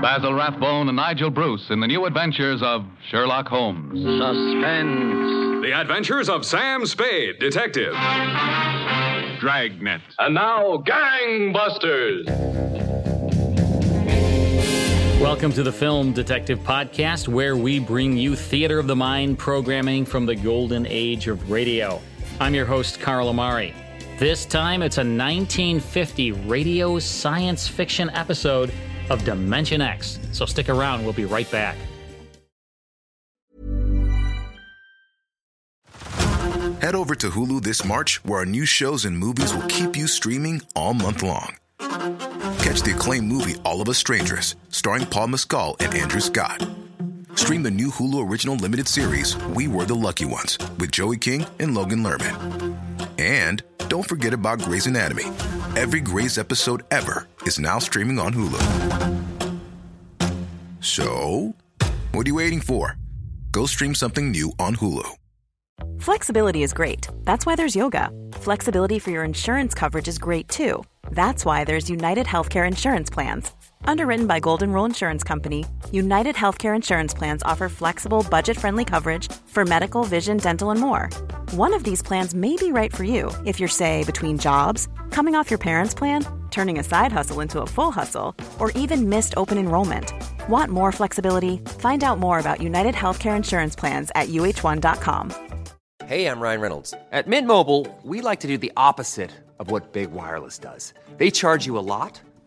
Basil Rathbone and Nigel Bruce in the new adventures of Sherlock Holmes. Suspense. The Adventures of Sam Spade, Detective. Dragnet. And now, Gangbusters. Welcome to the Film Detective Podcast, where we bring you theater of the mind programming from the golden age of radio. I'm your host, Carl Amari. This time, it's a 1950 radio science fiction episode of Dimension X. So stick around, we'll be right back. Head over to Hulu this March, where our new shows and movies will keep you streaming all month long. Catch the acclaimed movie All of Us Strangers, starring Paul Mescal and Andrew Scott. Stream the new Hulu original limited series We Were the Lucky Ones with Joey King and Logan Lerman. And don't forget about Grey's Anatomy. Every Grey's episode ever is now streaming on Hulu. So, what are you waiting for? Go stream something new on Hulu. Flexibility is great. That's why there's yoga. Flexibility for your insurance coverage is great too. That's why there's United Healthcare Insurance Plans. Underwritten by Golden Rule Insurance Company, United Healthcare Insurance Plans offer flexible, budget friendly coverage for medical, vision, dental, and more. One of these plans may be right for you if you're, say, between jobs, coming off your parents' plan, turning a side hustle into a full hustle, or even missed open enrollment. Want more flexibility? Find out more about United Healthcare Insurance Plans at uh1.com. Hey, I'm Ryan Reynolds. At Mint Mobile, we like to do the opposite of what Big Wireless does. They charge you a lot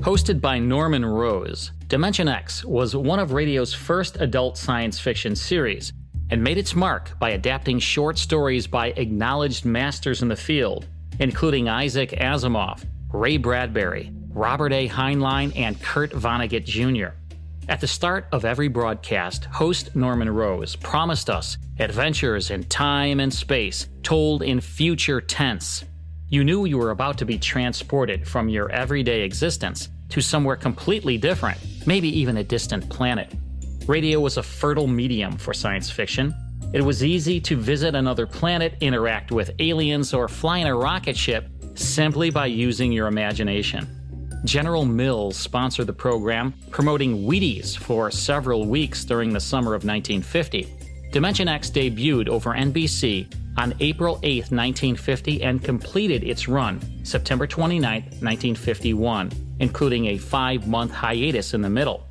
Hosted by Norman Rose, Dimension X was one of radio's first adult science fiction series and made its mark by adapting short stories by acknowledged masters in the field, including Isaac Asimov, Ray Bradbury, Robert A. Heinlein, and Kurt Vonnegut Jr. At the start of every broadcast, host Norman Rose promised us adventures in time and space told in future tense. You knew you were about to be transported from your everyday existence to somewhere completely different, maybe even a distant planet. Radio was a fertile medium for science fiction. It was easy to visit another planet, interact with aliens, or fly in a rocket ship simply by using your imagination. General Mills sponsored the program, promoting Wheaties for several weeks during the summer of 1950. Dimension X debuted over NBC on April 8, 1950, and completed its run September 29, 1951, including a five month hiatus in the middle.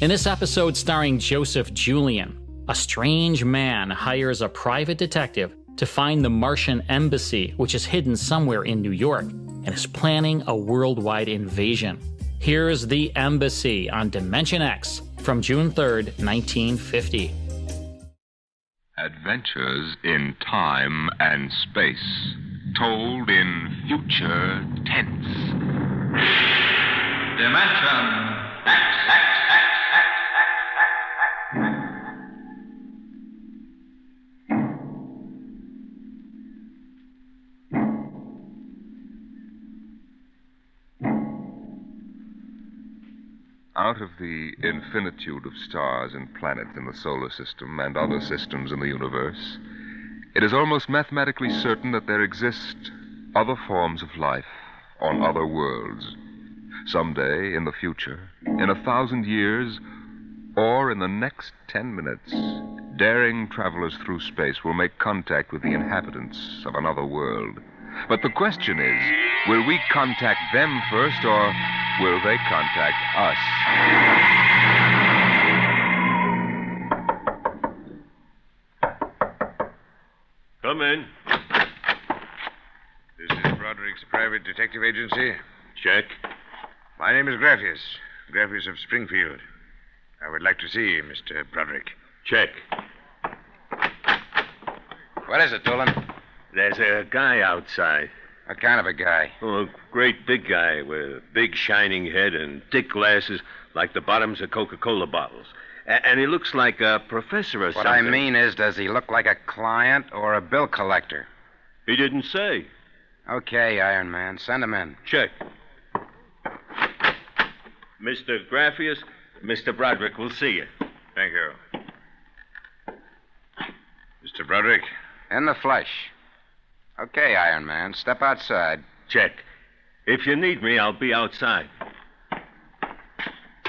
In this episode, starring Joseph Julian, a strange man hires a private detective to find the Martian embassy, which is hidden somewhere in New York and is planning a worldwide invasion. Here's The Embassy on Dimension X from June 3rd, 1950. Adventures in time and space, told in future tense. Dimension out of the infinitude of stars and planets in the solar system and other systems in the universe, it is almost mathematically certain that there exist other forms of life on other worlds. Someday, in the future, in a thousand years, or in the next ten minutes, daring travelers through space will make contact with the inhabitants of another world. But the question is will we contact them first, or will they contact us? Come in. This is Broderick's private detective agency. Check. My name is Graffius, Graffius of Springfield. I would like to see you, Mr. Broderick. Check. What is it, Dolan? There's a guy outside. What kind of a guy? Oh, a great big guy with a big shining head and thick glasses like the bottoms of Coca Cola bottles. A- and he looks like a professor or what something. I mean is, does he look like a client or a bill collector? He didn't say. Okay, Iron Man, send him in. Check. Mr. Graffius, Mr. Broderick will see you. Thank you. Mr. Broderick? In the flesh. Okay, Iron Man. Step outside. Check. If you need me, I'll be outside.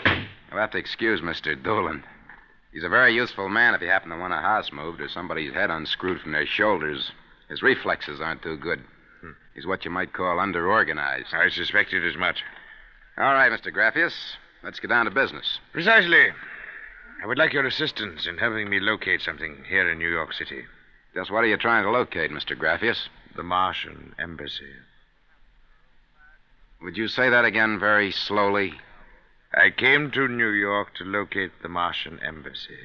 You'll have to excuse Mr. Dolan. He's a very useful man if you happen to want a house moved or somebody's head unscrewed from their shoulders. His reflexes aren't too good. Hmm. He's what you might call underorganized. I suspected as much. All right, Mr. Graffius. Let's get down to business. Precisely. I would like your assistance in helping me locate something here in New York City. Just what are you trying to locate, Mr. Graffius? The Martian embassy. Would you say that again very slowly? I came to New York to locate the Martian embassy.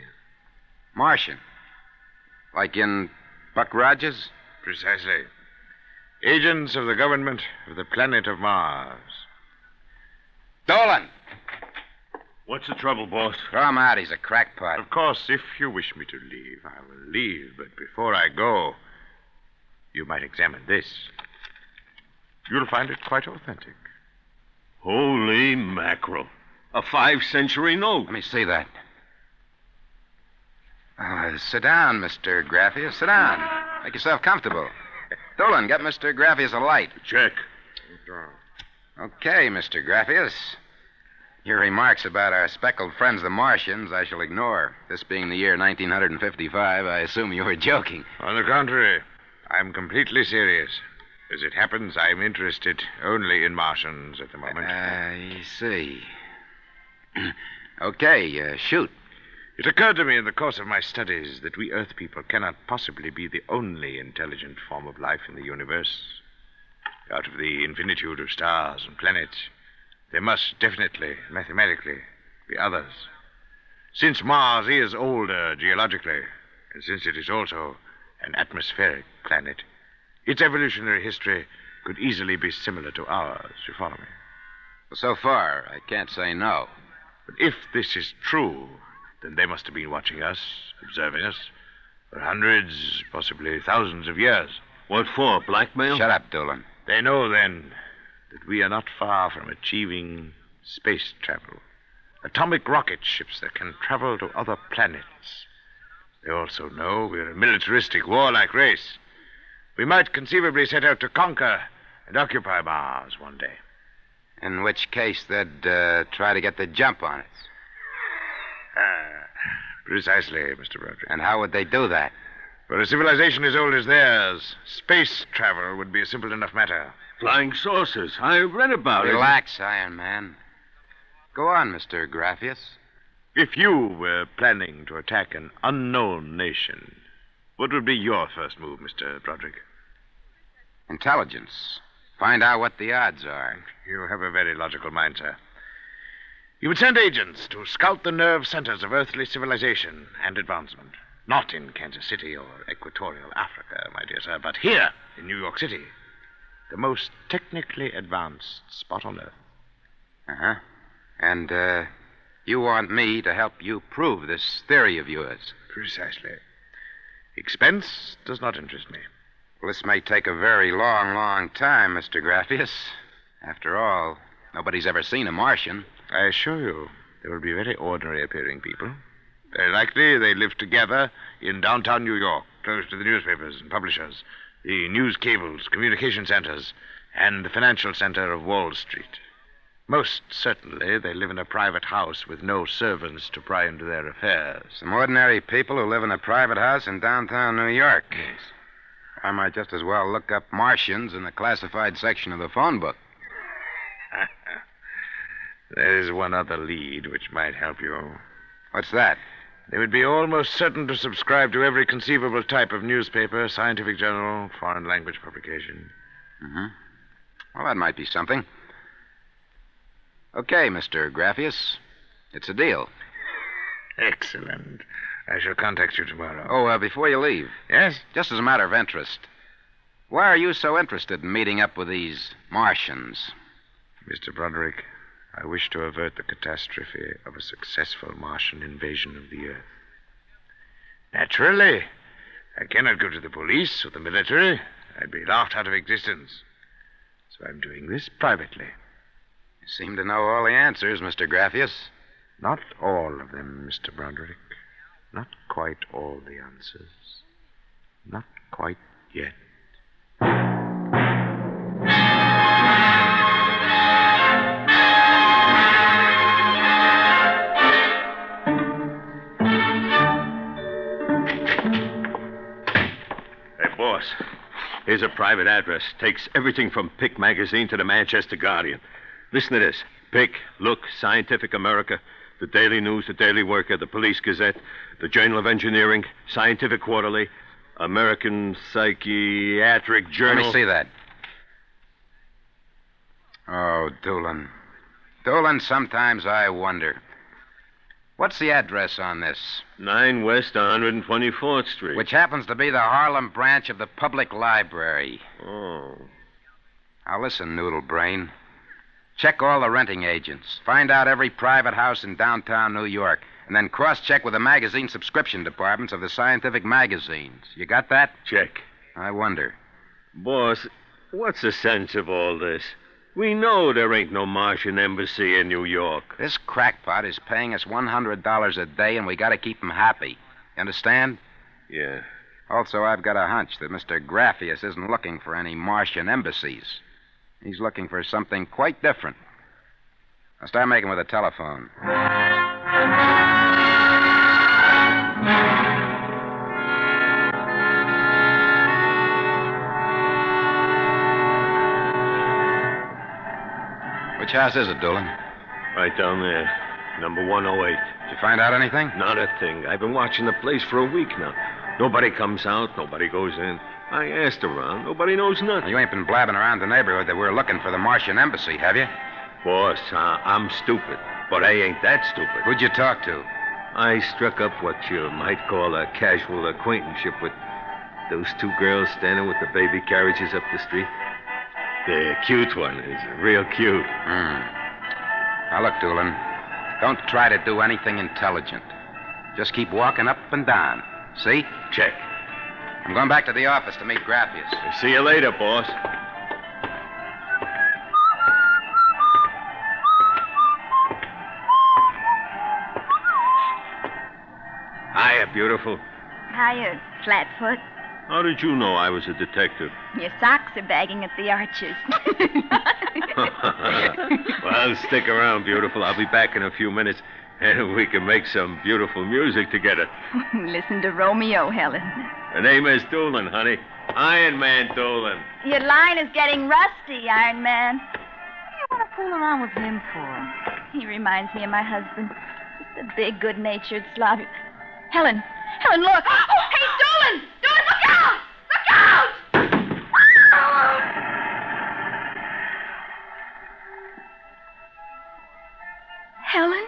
Martian? Like in Buck Rogers? Precisely. Agents of the government of the planet of Mars. Dolan! What's the trouble, boss? Throw him out. He's a crackpot. Of course, if you wish me to leave, I will leave. But before I go, you might examine this. You'll find it quite authentic. Holy mackerel. A five century note. Let me see that. Uh, sit down, Mr. Graffius. Sit down. Make yourself comfortable. Dolan, get Mr. Graffius a light. Check. Okay, Mr. Graffius. Your remarks about our speckled friends, the Martians, I shall ignore. This being the year 1955, I assume you were joking. On the contrary, I'm completely serious. As it happens, I'm interested only in Martians at the moment. I see. okay, uh, shoot. It occurred to me in the course of my studies that we Earth people cannot possibly be the only intelligent form of life in the universe. Out of the infinitude of stars and planets, there must definitely, mathematically, be others. Since Mars is older geologically, and since it is also an atmospheric planet. Its evolutionary history could easily be similar to ours, you follow me? Well, so far, I can't say no. But if this is true, then they must have been watching us, observing us, for hundreds, possibly thousands of years. What for? Blackmail? Shut up, Dolan. They know, then, that we are not far from achieving space travel. Atomic rocket ships that can travel to other planets. They also know we're a militaristic, warlike race. We might conceivably set out to conquer and occupy Mars one day. In which case, they'd uh, try to get the jump on us. Uh, Ah, precisely, Mr. Broderick. And how would they do that? For a civilization as old as theirs, space travel would be a simple enough matter. Flying saucers. I read about Relax, it. Relax, Iron Man. Go on, Mr. Graffius. If you were planning to attack an unknown nation, What would be your first move, Mr. Broderick? Intelligence. Find out what the odds are. You have a very logical mind, sir. You would send agents to scout the nerve centers of earthly civilization and advancement. Not in Kansas City or equatorial Africa, my dear sir, but here in New York City. The most technically advanced spot on earth. Uh-huh. And, uh, you want me to help you prove this theory of yours. Precisely. Expense does not interest me. Well, this may take a very long, long time, Mr. Graffius. After all, nobody's ever seen a Martian. I assure you, they will be very ordinary appearing people. Very likely they live together in downtown New York, close to the newspapers and publishers, the news cables, communication centers, and the financial center of Wall Street. Most certainly they live in a private house with no servants to pry into their affairs. Some ordinary people who live in a private house in downtown New York. Yes. I might just as well look up Martians in the classified section of the phone book. There is one other lead which might help you. What's that? They would be almost certain to subscribe to every conceivable type of newspaper, scientific journal, foreign language publication. Mm-hmm. Well, that might be something. Okay, Mr. Graffius. It's a deal. Excellent. I shall contact you tomorrow. Oh, uh, before you leave. Yes? Just as a matter of interest. Why are you so interested in meeting up with these Martians? Mr. Broderick, I wish to avert the catastrophe of a successful Martian invasion of the Earth. Naturally. I cannot go to the police or the military. I'd be laughed out of existence. So I'm doing this privately seem to know all the answers, Mr. Graffius. Not all of them, Mr. Broderick. Not quite all the answers. Not quite yet. Hey, boss. Here's a private address. Takes everything from Pick magazine to the Manchester Guardian. Listen to this. Pick, Look, Scientific America, the Daily News, the Daily Worker, the Police Gazette, the Journal of Engineering, Scientific Quarterly, American Psychiatric Journal. Let me see that. Oh, Doolin. Doolin, sometimes I wonder. What's the address on this? 9 West 124th Street. Which happens to be the Harlem branch of the public library. Oh. Now listen, Noodle Brain. Check all the renting agents. Find out every private house in downtown New York. And then cross check with the magazine subscription departments of the scientific magazines. You got that? Check. I wonder. Boss, what's the sense of all this? We know there ain't no Martian embassy in New York. This crackpot is paying us $100 a day, and we gotta keep him happy. You understand? Yeah. Also, I've got a hunch that Mr. Graffius isn't looking for any Martian embassies. He's looking for something quite different. I'll start making with a telephone. Which house is it, Dolan? Right down there. Number 108. Did you find out anything? Not a thing. I've been watching the place for a week now. Nobody comes out, nobody goes in. I asked around. Nobody knows nothing. Now you ain't been blabbing around the neighborhood that we're looking for the Martian embassy, have you? Boss, uh, I'm stupid, but I ain't that stupid. Who'd you talk to? I struck up what you might call a casual acquaintanceship with those two girls standing with the baby carriages up the street. The cute one is real cute. Mm. Now, look, Doolin, don't try to do anything intelligent. Just keep walking up and down. See? Check. I'm going back to the office to meet Graffius. See you later, boss. Hiya, beautiful. Hiya, Flatfoot. How did you know I was a detective? Your socks are bagging at the arches. well, stick around, beautiful. I'll be back in a few minutes. And we can make some beautiful music together. Listen to Romeo, Helen. The name is Doolin, honey. Iron Man Doolin. Your line is getting rusty, Iron Man. What do you want to fool around with him for? He reminds me of my husband. Just a big, good-natured slob. Helen, Helen, look. Oh, hey, Doolin! Doolin! Helen?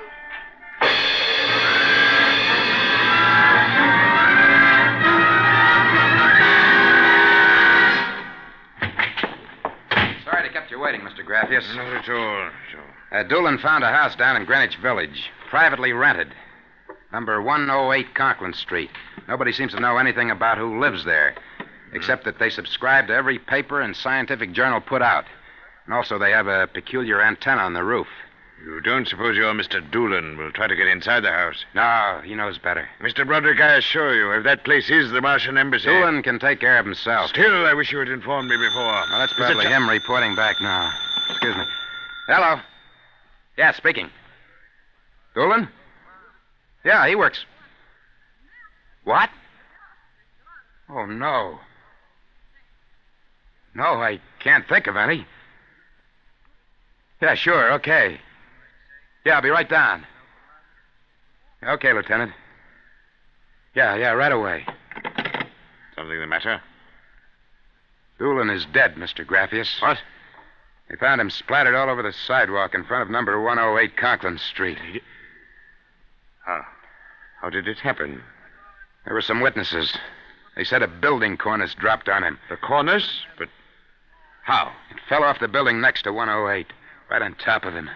Sorry to kept you waiting, Mr. Graffius. Not at all. Uh, Doolin found a house down in Greenwich Village, privately rented. Number 108 Conklin Street. Nobody seems to know anything about who lives there, except that they subscribe to every paper and scientific journal put out. And also, they have a peculiar antenna on the roof. You don't suppose your Mr. Doolin will try to get inside the house? No, he knows better. Mr. Broderick, I assure you, if that place is the Martian embassy. Doolin can take care of himself. Still, I wish you had informed me before. Well, that's probably him Henry. reporting back now. Excuse me. Hello. Yeah, speaking. Doolin? Yeah, he works. What? Oh, no. No, I can't think of any. Yeah, sure, okay. Yeah, I'll be right down. Okay, Lieutenant. Yeah, yeah, right away. Something the matter? Doolin is dead, Mr. Graffius. What? They found him splattered all over the sidewalk in front of number 108 Conklin Street. How? How did it happen? There were some witnesses. They said a building cornice dropped on him. The cornice? But how? It fell off the building next to 108, right on top of him.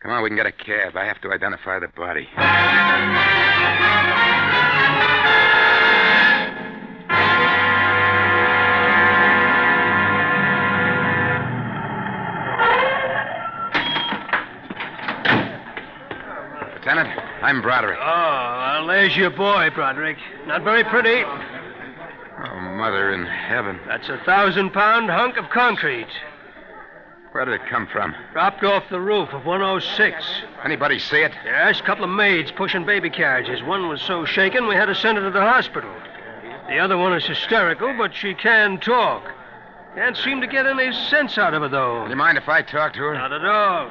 Come on, we can get a cab. I have to identify the body. Lieutenant, I'm Broderick. Oh, well, there's your boy, Broderick. Not very pretty. Oh, Mother in heaven. That's a thousand pound hunk of concrete. Where did it come from? Dropped off the roof of 106. Anybody see it? Yes, a couple of maids pushing baby carriages. One was so shaken we had to send her to the hospital. The other one is hysterical, but she can talk. Can't seem to get any sense out of her, though. You mind if I talk to her? Not at all.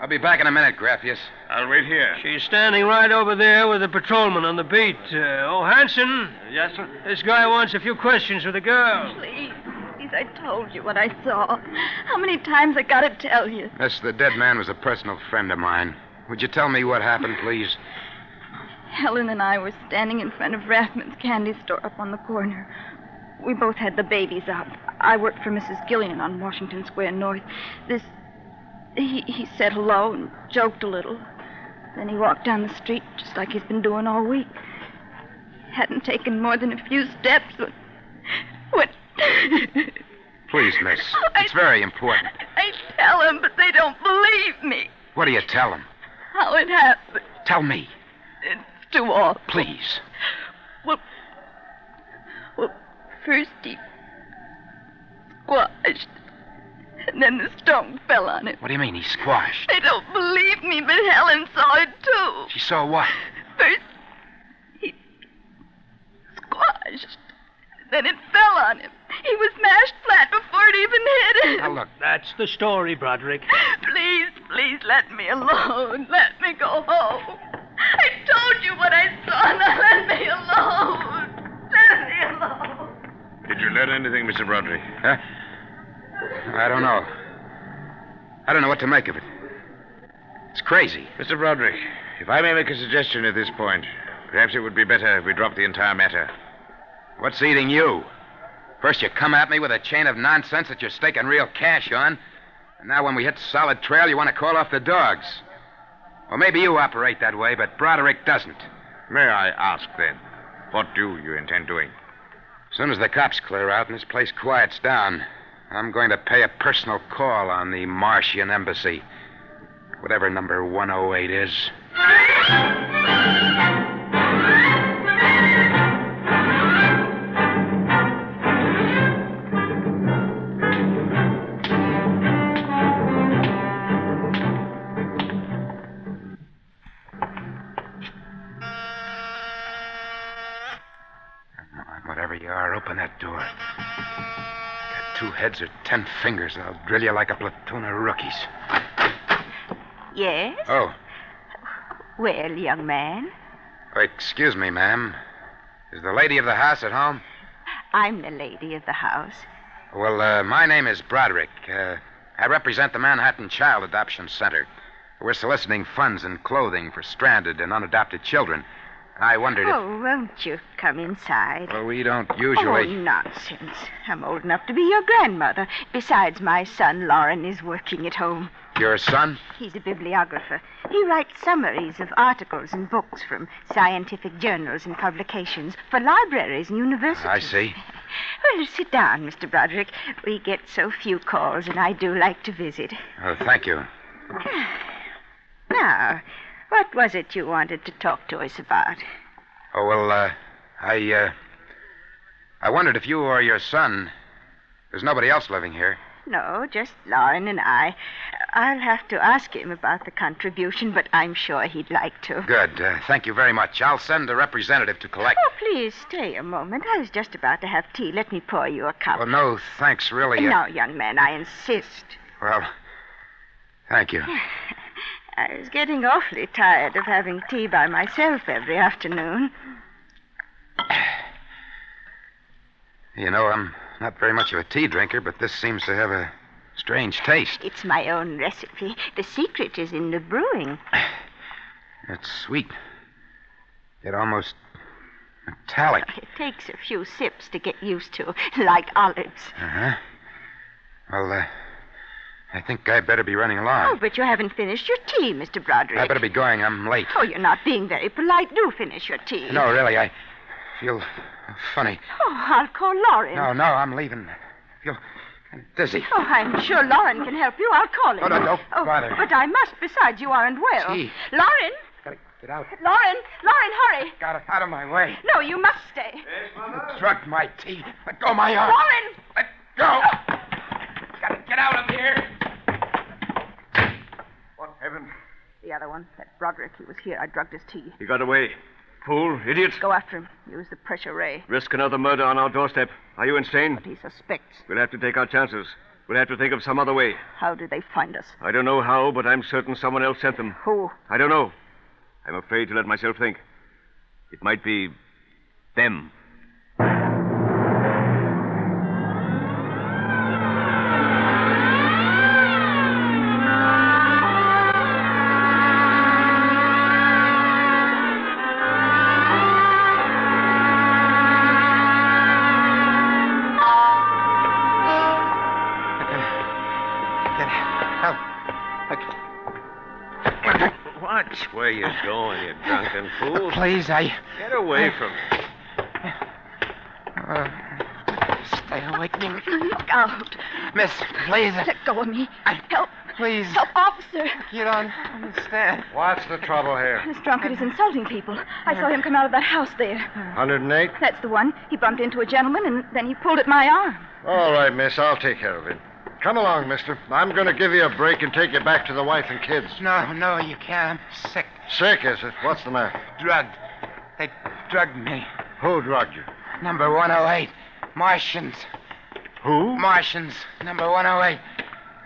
I'll be back in a minute, Graffius. I'll wait here. She's standing right over there with the patrolman on the beat. Uh, oh, Hanson. Yes, sir. This guy wants a few questions with the girl. Please. Please, I told you what I saw. How many times I gotta tell you? Miss, the dead man was a personal friend of mine. Would you tell me what happened, please? Helen and I were standing in front of Rathman's candy store up on the corner. We both had the babies up. I worked for Mrs. Gillian on Washington Square North. This. He, he said hello and joked a little. Then he walked down the street just like he's been doing all week. Hadn't taken more than a few steps when. when Please, miss. It's very important. I tell them, but they don't believe me. What do you tell him? How it happened. Tell me, It's too awful. please. Well, well, first he squashed, and then the stone fell on him. What do you mean he squashed? They don't believe me, but Helen saw it too. She saw what? First he squashed, then it fell on him. He was smashed flat before it even hit him. Now look, That's the story, Broderick. Please, please let me alone. Let me go home. I told you what I saw. Now let me alone. Let me alone. Did you learn anything, Mr. Broderick? Huh? I don't know. I don't know what to make of it. It's crazy. Mr. Broderick, if I may make a suggestion at this point, perhaps it would be better if we dropped the entire matter. Uh, What's eating you? First, you come at me with a chain of nonsense that you're staking real cash on. And now, when we hit solid trail, you want to call off the dogs. Well, maybe you operate that way, but Broderick doesn't. May I ask, then, what do you intend doing? As soon as the cops clear out and this place quiets down, I'm going to pay a personal call on the Martian embassy. Whatever number 108 is. Come on, whatever you are, open that door. Got two heads or ten fingers, and I'll drill you like a platoon of rookies. Yes? Oh, Well, young man, oh, excuse me, ma'am. Is the lady of the house at home? I'm the lady of the house. Well, uh, my name is Broderick. Uh, I represent the Manhattan Child Adoption Center. We're soliciting funds and clothing for stranded and unadopted children. I wondered if. Oh, won't you come inside? Well, we don't usually. Oh, nonsense. I'm old enough to be your grandmother. Besides, my son, Lauren, is working at home. Your son? He's a bibliographer. He writes summaries of articles and books from scientific journals and publications for libraries and universities. I see. Well, sit down, Mr. Broderick. We get so few calls, and I do like to visit. Oh, thank you. Now, what was it you wanted to talk to us about? Oh, well, uh, I, uh. I wondered if you or your son. There's nobody else living here. No, just Lauren and I. I'll have to ask him about the contribution, but I'm sure he'd like to. Good. Uh, thank you very much. I'll send a representative to collect. Oh, please stay a moment. I was just about to have tea. Let me pour you a cup. Well, no, thanks, really. uh, No, young man, I insist. Well, thank you. I was getting awfully tired of having tea by myself every afternoon. You know, I'm not very much of a tea drinker, but this seems to have a strange taste. It's my own recipe. The secret is in the brewing. It's sweet. It almost metallic. It takes a few sips to get used to, like olives. Uh huh. Well, uh, I think I better be running along. Oh, but you haven't finished your tea, Mr. Broderick. Ah. I better be going. I'm late. Oh, you're not being very polite. Do finish your tea. No, really, I feel funny. Oh, I'll call Lauren. No, no, I'm leaving. I feel dizzy. Oh, I'm sure Lauren can help you. I'll call him. Oh, no, don't oh, bother. But I must. Besides, you aren't well. Gee. Lauren, Gotta get out. Lauren, Lauren, hurry. Got it out of my way. No, you must stay. Struck my teeth. Let go of my arm. Lauren! Let go. Gotta get out of here. What heaven? The other one, that Broderick, he was here. I drugged his tea. He got away. Fool, idiot. Go after him. Use the pressure ray. Risk another murder on our doorstep. Are you insane? He suspects. We'll have to take our chances. We'll have to think of some other way. How did they find us? I don't know how, but I'm certain someone else sent them. Who? I don't know. I'm afraid to let myself think. It might be them. Watch where you're going, you drunken fool. Please, I. Get away from me. Uh, stay awake, Nick. Look out. Miss, please. Let go of me. Help. Please. Help, officer. You don't understand. What's the trouble here? This drunkard is insulting people. I saw him come out of that house there. 108? That's the one. He bumped into a gentleman, and then he pulled at my arm. All right, miss. I'll take care of him. Come along, mister. I'm going to give you a break and take you back to the wife and kids. No, no, you can't. I'm sick. Sick, is it? What's the matter? Drugged. They drugged me. Who drugged you? Number 108. Martians. Who? Martians. Number 108.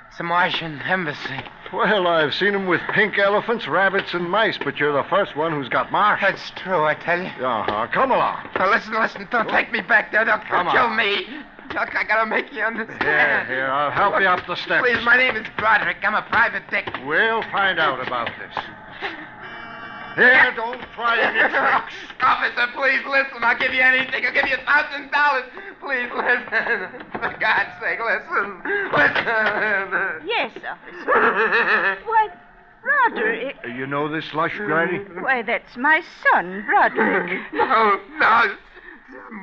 It's the Martian embassy. Well, I've seen 'em with pink elephants, rabbits, and mice, but you're the first one who's got marsh. That's true, I tell you. Uh huh. Come along. Now, listen, listen. Don't take me back there. Don't Come on. kill me. Look, I gotta make you understand. Here, here. I'll help you up the steps. Please, my name is Broderick. I'm a private dick. We'll find out about this. Here, don't try anything. Officer, please listen. I'll give you anything. I'll give you a thousand dollars. Please listen. For God's sake, listen. Listen. Yes, officer. Why, Broderick. You know this lush, Granny? Why, that's my son, Broderick. No, no.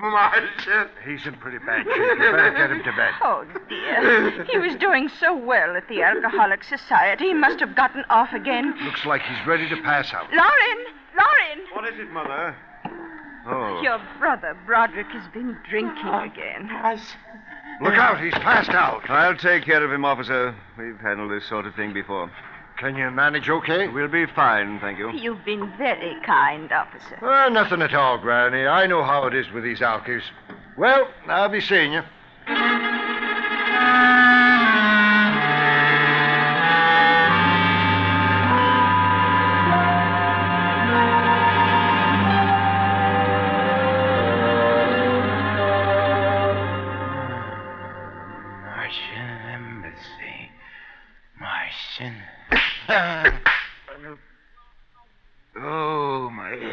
Martian. He's in pretty bad shape. You better get him to bed. Oh, dear. He was doing so well at the Alcoholic Society, he must have gotten off again. Looks like he's ready to pass out. Lauren! Lauren! What is it, Mother? Oh. Your brother, Broderick, has been drinking again. Look out, he's passed out. I'll take care of him, officer. We've handled this sort of thing before. Can you manage okay? We'll be fine, thank you. You've been very kind, officer. Uh, nothing at all, Granny. I know how it is with these alkies. Well, I'll be seeing you. Martian embassy. Martian.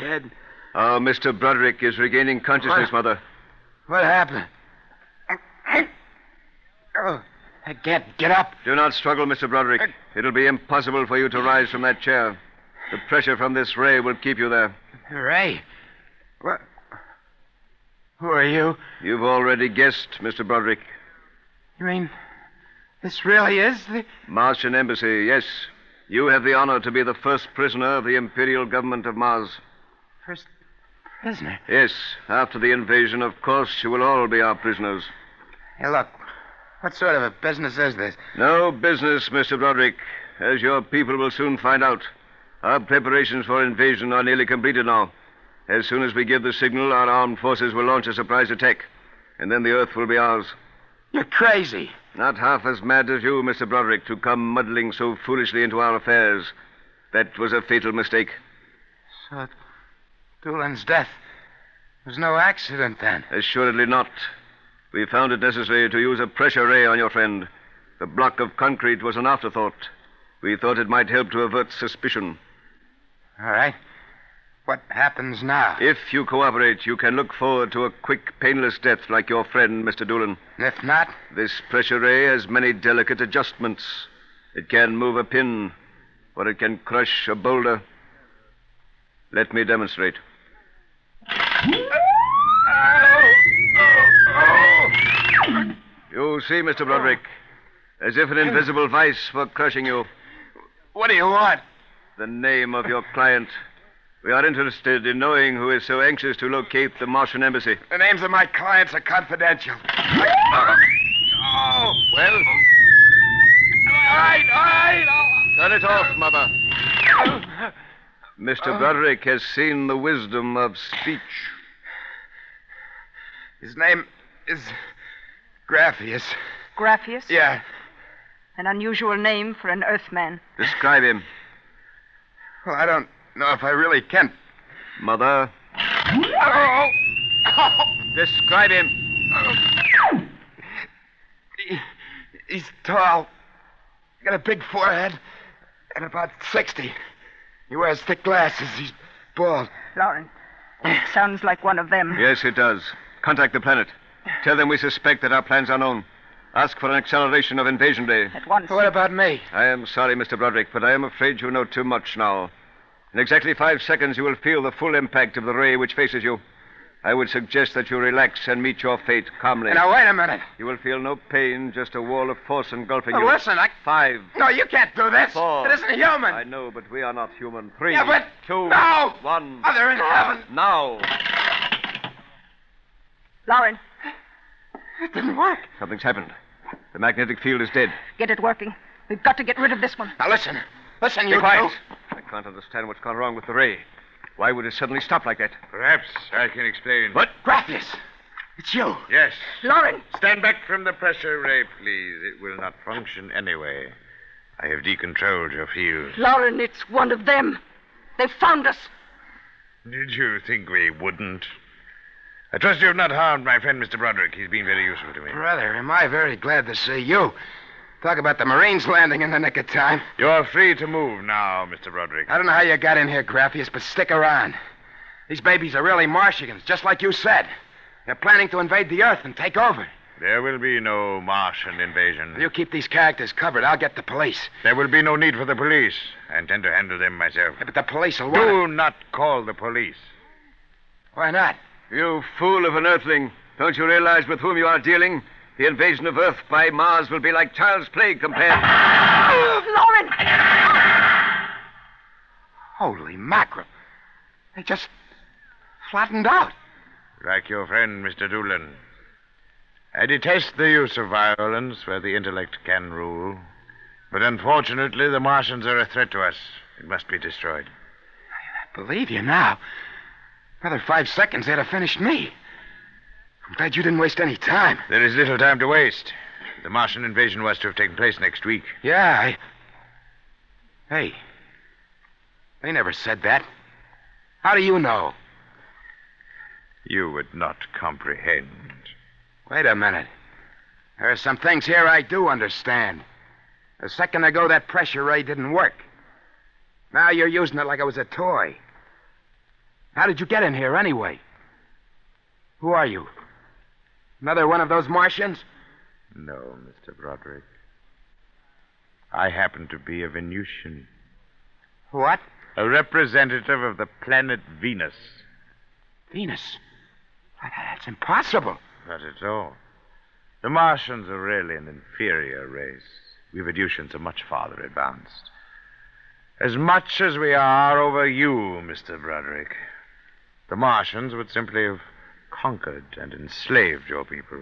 dead. Oh, Mr. Broderick is regaining consciousness, What? Mother. What happened? Oh, I can't get up. Do not struggle, Mr. Broderick. It'll be impossible for you to rise from that chair. The pressure from this ray will keep you there. Ray. What? Who are you? You've already guessed, Mr. Broderick. You mean this really is the. Martian embassy, yes. You have the honor to be the first prisoner of the Imperial government of Mars. First prisoner. Yes, after the invasion, of course, you will all be our prisoners. Hey, look. What sort of a business is this? No business, Mr. Broderick, as your people will soon find out. Our preparations for invasion are nearly completed now. As soon as we give the signal, our armed forces will launch a surprise attack, and then the Earth will be ours. You're crazy. Not half as mad as you, Mr. Broderick, to come muddling so foolishly into our affairs. That was a fatal mistake. So, Doolin's death was no accident then. Assuredly not. We found it necessary to use a pressure ray on your friend. The block of concrete was an afterthought. We thought it might help to avert suspicion. All right. What happens now? If you cooperate, you can look forward to a quick, painless death like your friend, Mr. Doolan. If not, This pressure ray has many delicate adjustments. It can move a pin, or it can crush a boulder. Let me demonstrate. You see, Mr. Broderick, as if an invisible vice were crushing you. what do you want? The name of your client. We are interested in knowing who is so anxious to locate the Martian embassy. The names of my clients are confidential. Oh, well. All right, all right. Turn it off, Mother. Oh. Mr. Broderick has seen the wisdom of speech. His name is Graffius. Graffius? Yeah. An unusual name for an Earthman. Describe him. Well, I don't know if I really can. Mother, Oh, describe him. he- he's tall. Got a big forehead and about 60. He wears thick glasses. He's bald. Lawrence. Sounds like one of them. Yes, it does. Contact the planet. Tell them we suspect that our plans are known. Ask for an acceleration of invasion day. At once. What about me? I am sorry, Mr. Broderick, but I am afraid you know too much now. In exactly five seconds, you will feel the full impact of the ray which faces you. I would suggest that you relax and meet your fate calmly. Now, wait a minute. You will feel no pain, just a wall of force engulfing Oh, you. listen, I- Five. No, you can't do this. Four. It isn't human. I know, but we are not human. Three. Yeah, but- Two. No! One. Oh, they're in heaven. Now. Lawrence, It didn't work. Something's happened. The magnetic field is dead. get it working. We've got to get rid of this one. Now, listen. Listen, Be you quiet. two. I can't understand what's gone wrong with the ray. Why would it suddenly stop like that? Perhaps I can explain. What? Graffius, it's you. Yes. Lauren! Stand back from the pressure ray, please. It will not function anyway. I have decontrolled your field. Lauren, it's one of them. They've found us. Did you think we wouldn't? I trust you have not harmed my friend, Mr. Broderick. He's been very useful to me. Brother, am I very glad to see you. Talk about the Marines landing in the nick of time. You are free to move now, Mr. Broderick. I don't know how you got in here, Graffius, but stick around. These babies are really Martians, just like you said. They're planning to invade the Earth and take over. There will be no Martian invasion. You keep these characters covered. I'll get the police. There will be no need for the police. I intend to handle them myself. Yeah, but the police will want. Do not call the police. Why not? You fool of an earthling. Don't you realize with whom you are dealing? The invasion of Earth by Mars will be like child's play compared. Lauren! Holy mackerel. They just flattened out. Like your friend, Mr. Doolan. I detest the use of violence where the intellect can rule. But unfortunately, the Martians are a threat to us. It must be destroyed. Believe you now. Another five seconds, they'd have finished me. I'm glad you didn't waste any time. There is little time to waste. The Martian invasion was to have taken place next week. Yeah, I. Hey. They never said that. How do you know? You would not comprehend. Wait a minute. There are some things here I do understand. A second ago, that pressure ray didn't work. Now you're using it like it was a toy. How did you get in here, anyway? Who are you? Another one of those Martians? No, Mr. Broderick. I happen to be a Venusian. What? A representative of the planet Venus. Venus? That's impossible. Not at all. The Martians are really an inferior race. We Venusians are much farther advanced. As much as we are over you, Mr. Broderick. The Martians would simply have conquered and enslaved your people.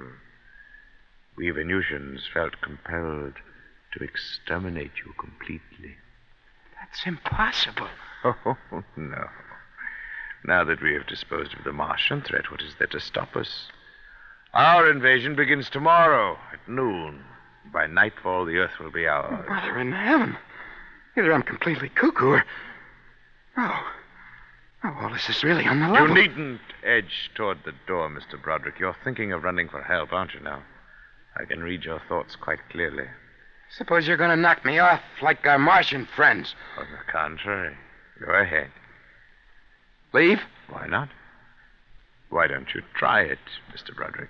We Venusians felt compelled to exterminate you completely. That's impossible. Oh, no. Now that we have disposed of the Martian threat, what is there to stop us? Our invasion begins tomorrow at noon. By nightfall, the Earth will be ours. Oh, Brother in heaven. Either I'm completely cuckoo or. Oh. Oh, well, this is really on the level. You needn't edge toward the door, Mr. Broderick. You're thinking of running for help, aren't you now? I can read your thoughts quite clearly. Suppose you're going to knock me off like our Martian friends. On the contrary, go ahead. Leave? Why not? Why don't you try it, Mr. Broderick?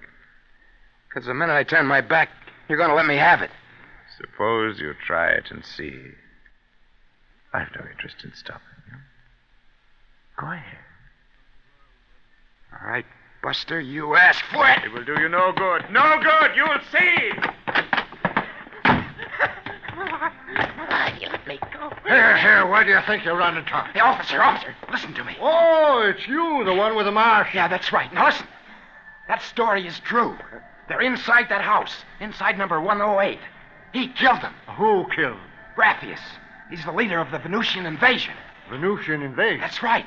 Because the minute I turn my back, you're going to let me have it. Suppose you try it and see. I've no interest in stopping you. Go ahead. All right, Buster, you ask for it. It will do you no good. No good! You will see! Here, here, where do you think you're running to? The officer, officer, listen to me. Oh, it's you, the one with the marsh. Yeah, that's right. Now listen. That story is true. They're inside that house, inside number 108. He killed them. Who killed? Rapheus. He's the leader of the Venusian invasion. Venusian invasion? That's right.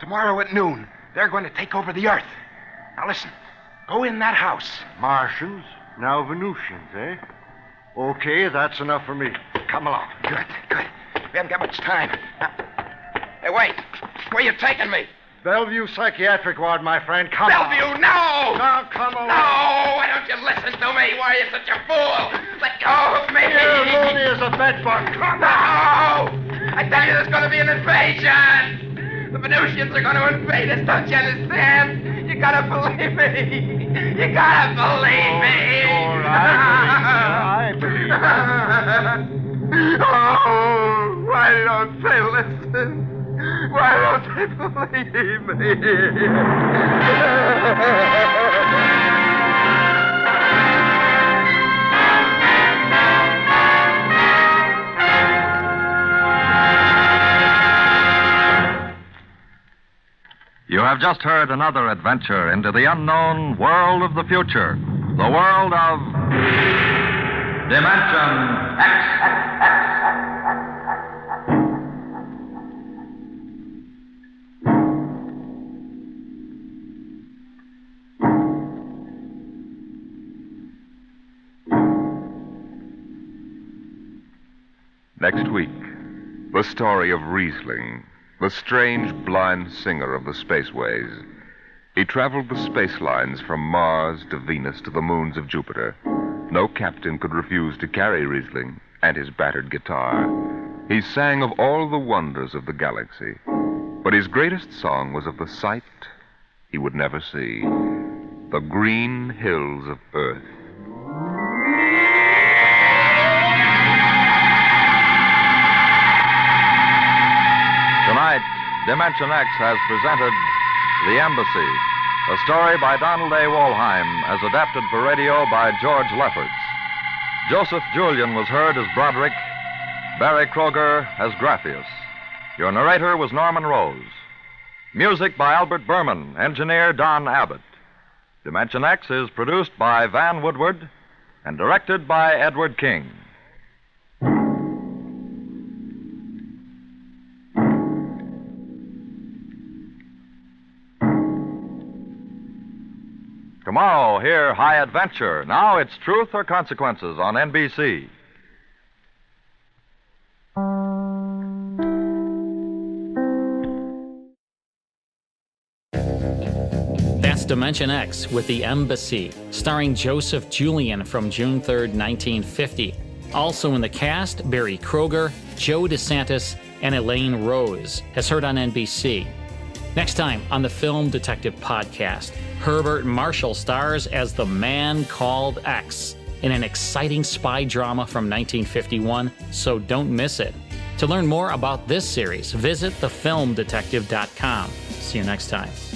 Tomorrow at noon, they're going to take over the Earth. Now listen. Go in that house. Martians, now Venusians, eh? Okay, that's enough for me. Come along. Good, good. We haven't got much time. Now, hey, wait. Where you taking me? Bellevue Psychiatric Ward, my friend. Come Bellevue, on. no! Now, come on. No! Why don't you listen to me? Why are you such a fool? Let go of me! Here, Looney is a bedbug. Come on! No! I tell you, there's going to be an invasion! The Venusians are going to invade us, don't you understand? You gotta believe me! You gotta believe me! Oh, all right. I believe. I believe. Oh, why don't they listen? Why don't they believe me? You have just heard another adventure into the unknown world of the future, the world of Dimension X. Next week, the story of Riesling, the strange blind singer of the spaceways. He traveled the space lines from Mars to Venus to the moons of Jupiter. No captain could refuse to carry Riesling and his battered guitar. He sang of all the wonders of the galaxy, but his greatest song was of the sight he would never see the green hills of Earth. Tonight, Dimension X has presented The Embassy, a story by Donald A. Walheim, as adapted for radio by George Lefferts. Joseph Julian was heard as Broderick, Barry Kroger as Graffius. Your narrator was Norman Rose. Music by Albert Berman, engineer Don Abbott. Dimension X is produced by Van Woodward and directed by Edward King. Tomorrow, hear High Adventure. Now it's Truth or Consequences on NBC. That's Dimension X with The Embassy, starring Joseph Julian from June 3, 1950. Also in the cast, Barry Kroger, Joe DeSantis, and Elaine Rose, as heard on NBC. Next time on the Film Detective Podcast, Herbert Marshall stars as the man called X in an exciting spy drama from 1951, so don't miss it. To learn more about this series, visit thefilmdetective.com. See you next time.